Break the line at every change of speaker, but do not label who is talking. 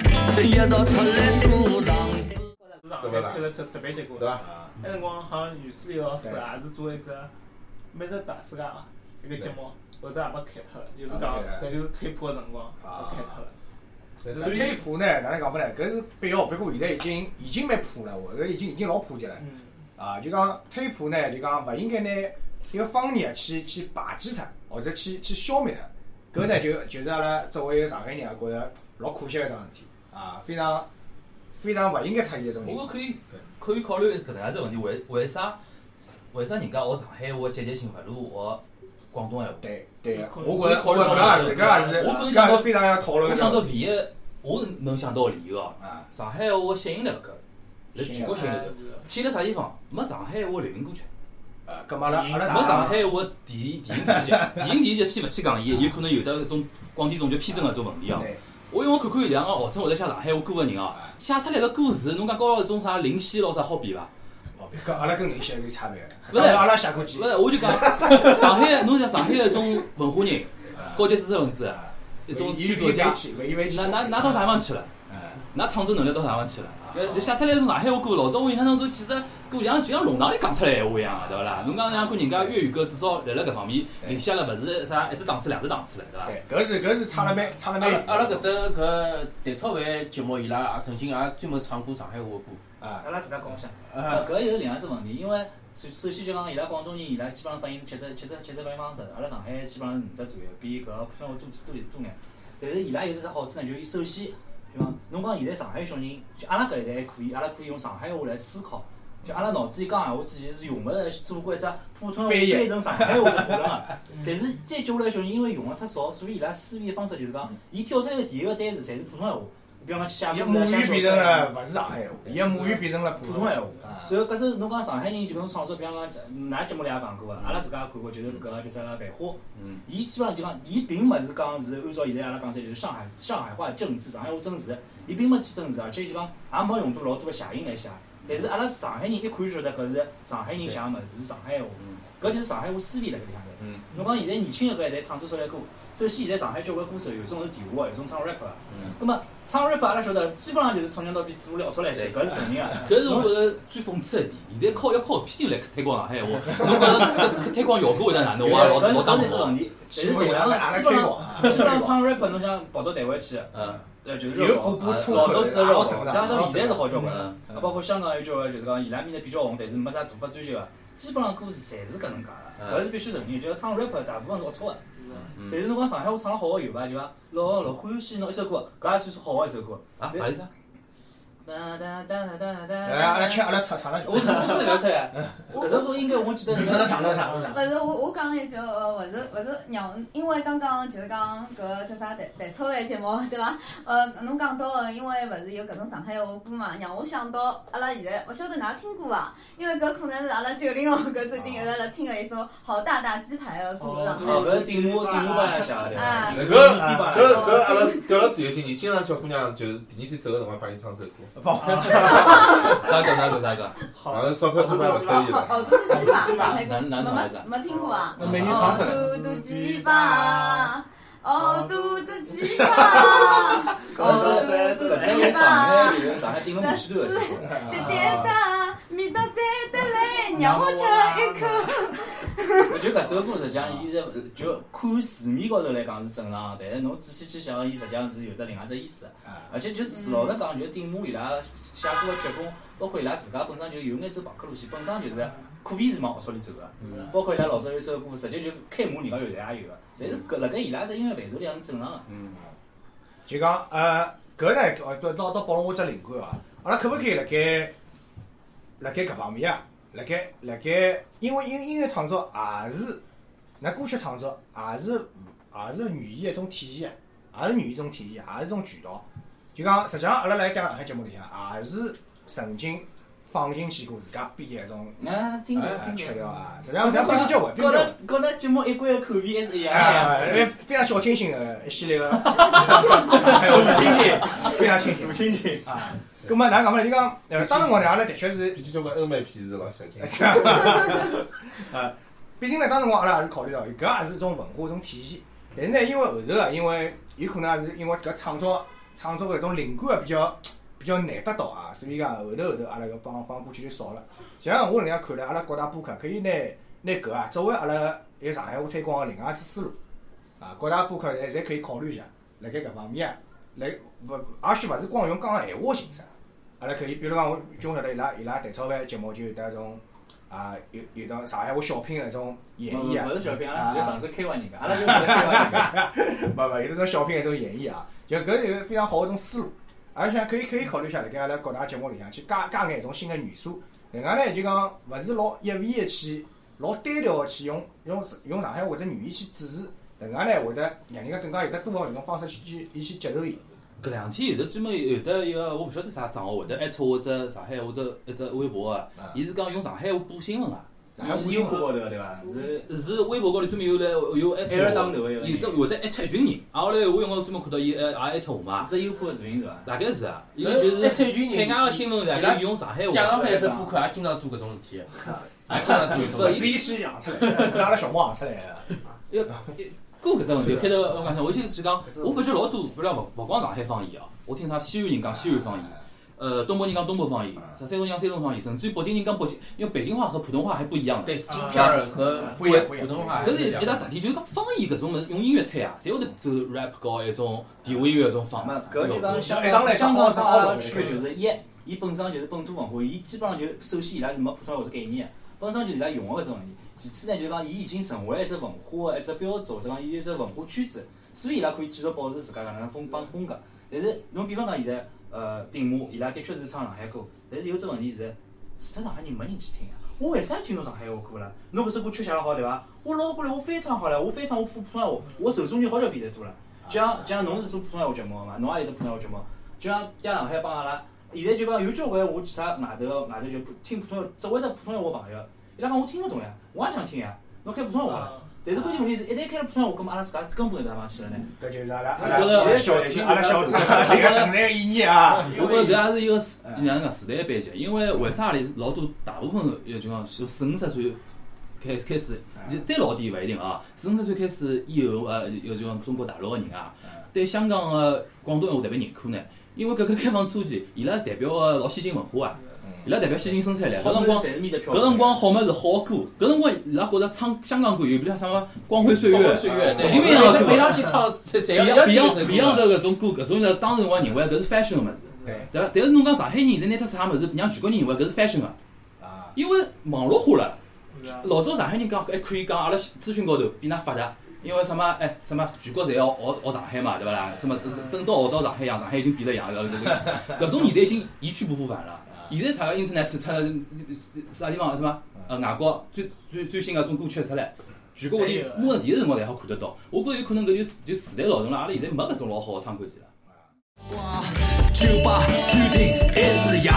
市
得到出来做场子。
场开开了特特别结棍，
对吧
啊？那辰光好像袁世立老师也是做一只美食大世界嘛，一个节目，后头也被开脱了，就是
啊
讲
对
就是退铺的辰光
啊
被开脱了。
所
推普呢，哪能讲法呢？搿是必要，不过现在已经已经蛮普了，我搿已经已经老普及了。
嗯，
啊，就讲推普呢，就讲勿应该拿一个方言去去排挤它，或者去去消灭它。
嗯
搿呢就就是阿拉作为一个上海人啊，觉着老可惜个一桩事体啊，非常非常勿应该出现一种
我觉可以可以考虑搿能样子问题，为为啥为啥人家学上海话积极性勿如学广东闲话？
对对个，
可能
我觉着我觉着搿也是搿也是，
我可能想
搿
到
是非常要讨论
我
个
想
桩
到唯
事体。
一我能想到个理由哦，
啊，
上海话吸引力勿够，辣全国吸引力
哎
勿够。去了啥地方？没上海话流行歌曲，
呃，搿么阿拉阿拉
没上海话电影电影电视剧，电影电视剧先勿去讲，伊有可能有得搿种广电总局偏执个种问题哦。
对
我因为我看看有两个号称会得写上海话歌个人哦，写出来个歌词，侬讲高一种啥林夕咯啥好比伐？
哦搿阿拉跟林夕有差别个，
勿是
阿拉阿拉写过几
勿，是，我就讲上海，侬讲上海搿种文化人、
啊
高级知识分子、一种剧作家，
文艺文气，
那那那到啥地方去了？
哎
那创作能力到啥地方去了？搿写出来种上海话歌，老早我印象当中，其实歌像就像弄堂里讲出来闲话一样的，对勿啦？侬讲像看人家粤语歌，至少辣辣搿方面领先了，勿是啥一只档次、两只档次了，对伐？
对，哎搿是搿是差了蛮差了
阿
蛮
拉
远。
阿拉搿搭搿谭超凡节目，伊拉也曾经也专门唱过上海话歌。
啊，
阿拉自家共享。
啊，
呃搿有两只问题，因为首首先就讲伊拉广东人，伊拉基本上发音是七十七十七十发音方式，阿拉上海基本上是五十左右，比搿普通话多多多眼。但是伊拉有只好处呢，就是首先，就讲侬讲现在上海小人，就阿拉搿一代还可以，阿拉可以用上海话来思考。就阿拉脑子里讲闲话之前是用勿着做过一只普通话
翻译
翻译成上海话是可能个， 但是再接下来小人因为用了太少，所以伊拉思维方式就是讲，伊跳出来的第一个单词侪是普通闲话，比方讲写
伊
歌
母
啊、写
语
小
变
说
成
啊
了勿是上海话，伊个母语变成了
普
普
通
通
闲话。
啊
所以搿是侬讲上海人就侬创作，比方讲，㑚节目里也讲过啊个，阿拉自家也看过，就是搿个叫啥个繁花，
嗯，
伊基本上就讲，伊并勿是讲是按照现在阿拉讲起来就是上海上海话正字，上海话正字，伊并没去正字，而且就讲也没用到老多个谐音来写。但是阿拉上海人一看就晓得搿是上海人写个物事，是上海话，搿就是上海话思维辣搿里向头。
嗯，
侬讲现在年轻一代在创作出来歌，首先现在上海交关歌手有种是电话，有种唱 rap 个
嗯，
葛末唱 rap 阿拉晓得，基本上就是从小到比嘴巴里出来写，搿是承认个。
搿是我觉着最讽刺的一点。现在靠要靠批评来推广上海话，侬觉着推广效果会得哪能？我也老
搿
老打
搿是
火。
问题，但
基
是
本
同
上
样
阿
的
拉啊
基
推
本上
广，
啊
基本上唱 rap 侬想跑到台湾去，
嗯
呃，就是
有
热
股
狗，
步错
老早
口
子
的，
热
老
狗，
正
加
常，
上到现在是好
嗯
交关了，
嗯
啊包括香港有交关就是讲伊拉面搭比较红，但是没啥大发专辑个，基本上歌词侪是搿能介
嗯
个，搿是必须承认，就是唱 rap 大部分是龌龊个。
嗯
但是侬讲上海话唱了好个有伐？就讲老老欢喜侬一首歌，搿也算是好个一首歌。
啊，还有啥？
哒哒哒哒哒哒。
来哎阿拉吃阿拉嗯唱唱了就
我。我是勿要出来，搿首歌应该我记得是。
唱
勿是我我讲一句，呃，勿是勿是让，因为刚刚就是讲搿叫啥台台超饭节目对伐？呃，侬讲到的，因为勿是有搿种上海话歌嘛，让我想到阿拉现在勿晓得㑚听过伐？因为搿可能是阿拉九零后搿最近一直辣听个一首好大大鸡排个歌上海
哦，搿是顶幕顶幕版写的。
啊
搿搿
低
嗯
版
搿阿拉调了自由经验，经常叫姑娘就是第二天走个辰光帮伊唱首歌，
啊
啥歌？啥歌？啊啥歌？
好
然，后钞票做卖勿收伊
哦
了。
哦，都是鸡排，上海歌，
哪哪
没
种来着？
没没听过啊。
那美女
哦，
唱出来，
嘟嘟鸡巴，哦，嘟嘟鸡巴，哦，嘟嘟鸡巴，
上海顶了五十多个小时。
滴滴答，味道在得嘞，让我吃一口。
我觉得搿首歌实际上伊是就看字面高头来讲是正常的，但是侬仔细去想，伊实际上是有得另外只意思的。
哎
而且就是老实讲，就顶幕伊拉写歌个曲风，包括伊拉自家本身就有眼走朋克路线，本身就是可以是往龌龊里走个。包括伊拉老早有首歌，直接就开骂人家乐队也有个。但是搿辣盖伊拉只音乐范畴里向是正常个。
嗯，
就讲呃，搿呢，哦，到到到帮了我只灵感啊！阿拉可不可以辣盖辣盖搿方面啊？辣盖辣盖，因为音音乐创作也是，那歌曲创作也是也是语言一种体现，也是语言一种体现，也是一种渠道。就讲实际上，阿拉来讲上海节目里向啊也是曾经放进去过自家编的一种
啊，听过
呃曲
听
调
过。
啊。实际上，实际上编过交关，编过
跟
交关
那。跟那节目一贯口味还是一样
啊，
的。
非常小清新的一系列个
啊
上海话，清新，非常清新，清新啊。葛末哪能讲法呢？就讲，呃，当辰光呢，阿拉的确 是，
毕竟交关欧美片是老小清新。
呃，毕竟呢，当辰光阿拉也是考虑到，搿也是一种文化一种体现。但是呢，因为后头啊，因为有可能也是因为搿创作创作搿种灵感啊比较比较难得到啊，所以讲后头后头阿拉搿帮帮过去就少了。像我搿能介看来，阿拉各大播客可以拿拿搿啊作为阿拉在上海话推广个另外一只思路啊，各大播客侪侪可以考虑一下，辣盖搿方面啊，来勿也许勿是光用讲闲话形式，啊阿拉可以比如讲，我就晓得伊拉伊拉蛋炒饭节目就有得种。啊，有有到上海话小品的那种演
勿
绎啊，
勿嗯是小品，阿拉直接上手开完人家，阿拉就直接开完人 家。
勿勿，有的种小品，有种演绎啊，就搿是一个非常好的一种思路。而且可以可以考虑一下，辣盖阿拉各大节目里向去加加眼一种新的元素。另外呢，就讲勿是老一味的去，老单调的去用用用上海话或者语言去指示。另外呢，会得让人家更加有得多的一种方式去去伊去接受伊。
搿两天有的专门有的一个我勿晓得啥账号，会得艾特我只上海我只一只微博啊，伊是讲用上海话播新闻啊。
然后微博高头对伐？是
是微博高头专门有来有艾特
艾特当头
我，
的一个人
有的会得艾特一群人。啊，后来我用我专门看到伊呃也艾特我嘛，
啊是优酷的视频是伐？
大概是啊，因为就是
呃艾特一群人
海外个新闻大概用上海
贾
话
浪。海只播客也经常做搿种事体， 也经常做搿
不
种
是
事体。
伊先养出来的，是阿拉小猫养出来的。
要过搿只问题，开头我讲我就是讲，我发觉老多，不然勿勿光上海方言哦，我听啥西安人讲西安方言，呃，东北人讲东北方言，啥山东人讲山东方言，甚至于北京人讲北京，因为北京话和普通话还不一样的。
对，京片儿和
不一样不一样
普通话还
搿
不
是
一
一
样，啊
大特点，就是讲方言搿种物事用音乐推啊，侪会得走 rap 高一种电子音乐一种方
没
向。，
搿就讲香
一上来
港
就
香港
好
跟
好
阿拉
好
区别就是一，伊本身就是本土文化，伊基本上就首先伊拉是没普通话搿只概念的，本身就是伊拉用的搿种东西。其次呢，就是讲伊已经成为一只文化的一只标志，或者讲伊一只文化圈子，所以伊拉可以继续保持自家搿能风方风格。但是侬比方讲现在呃顶马，伊拉的确是唱上海歌，但是有只问题是，除脱上海人没人去听呀。啊我为啥听侬上海话歌啦？侬搿首歌缺写了好对伐？我捞过来，我翻唱好了，我翻唱我普通话，我受众就好久变得多了。就
啊
像就像侬是做普通话节目的嘛，侬也有只普通话节目。就像像上海帮阿拉，现在就讲有交关我其他外头外头就普听普通话，只会得普通话朋友，伊拉讲我听得懂呀，我也想听呀，侬开普通话好
啊
了。但是关键问题是，一旦开了普通话，我搿么阿拉自家根本就上勿去了
嗯
呢？
搿就是阿拉阿
我觉得
拉小阿拉小子迭个存在的意义啊。
我觉着搿也是一个时哪能讲时代的背景，因为为啥里老多大部分也就讲四五十岁开开始，就再老点勿一定啊，四五十岁开始以后呃，有就讲中国大陆个人啊，对香港个广东闲话特别认可呢，因为搿个开放初期，伊拉代表个老先进文化啊，伊拉代表先进生产力，搿辰光
侪是面的票。
搿辰光好物事好歌，搿辰光伊拉觉着唱香港歌有比如啥么光辉岁月
光辉、岁月，
神经病啊
每趟去唱，侪侪
Beyond
要
Beyond Beyond 搿种歌，搿种呢当时辰光认为搿是 fashion 个物事，
对
对伐？但是侬讲上海人现在拿脱啥物事让全国人认为搿是 fashion 个，
啊，
因为网络化了。
是啊
老早上海人讲还可以讲，阿拉资讯高头比㑚发达，因为什么哎什么全国侪要学学上海嘛，对伐啦？什么等到学到上海一样，上海已经变了样，搿种年代已经一去不复返了。现在大家 internet 出来啥地方是吧？呃，外国最最最新个种歌曲出来，全国各地马上第一辰光侪好看得到。我觉着有可能搿就就时代老成了，阿拉现在没搿种老好个唱歌机了。
酒吧、餐厅还是夜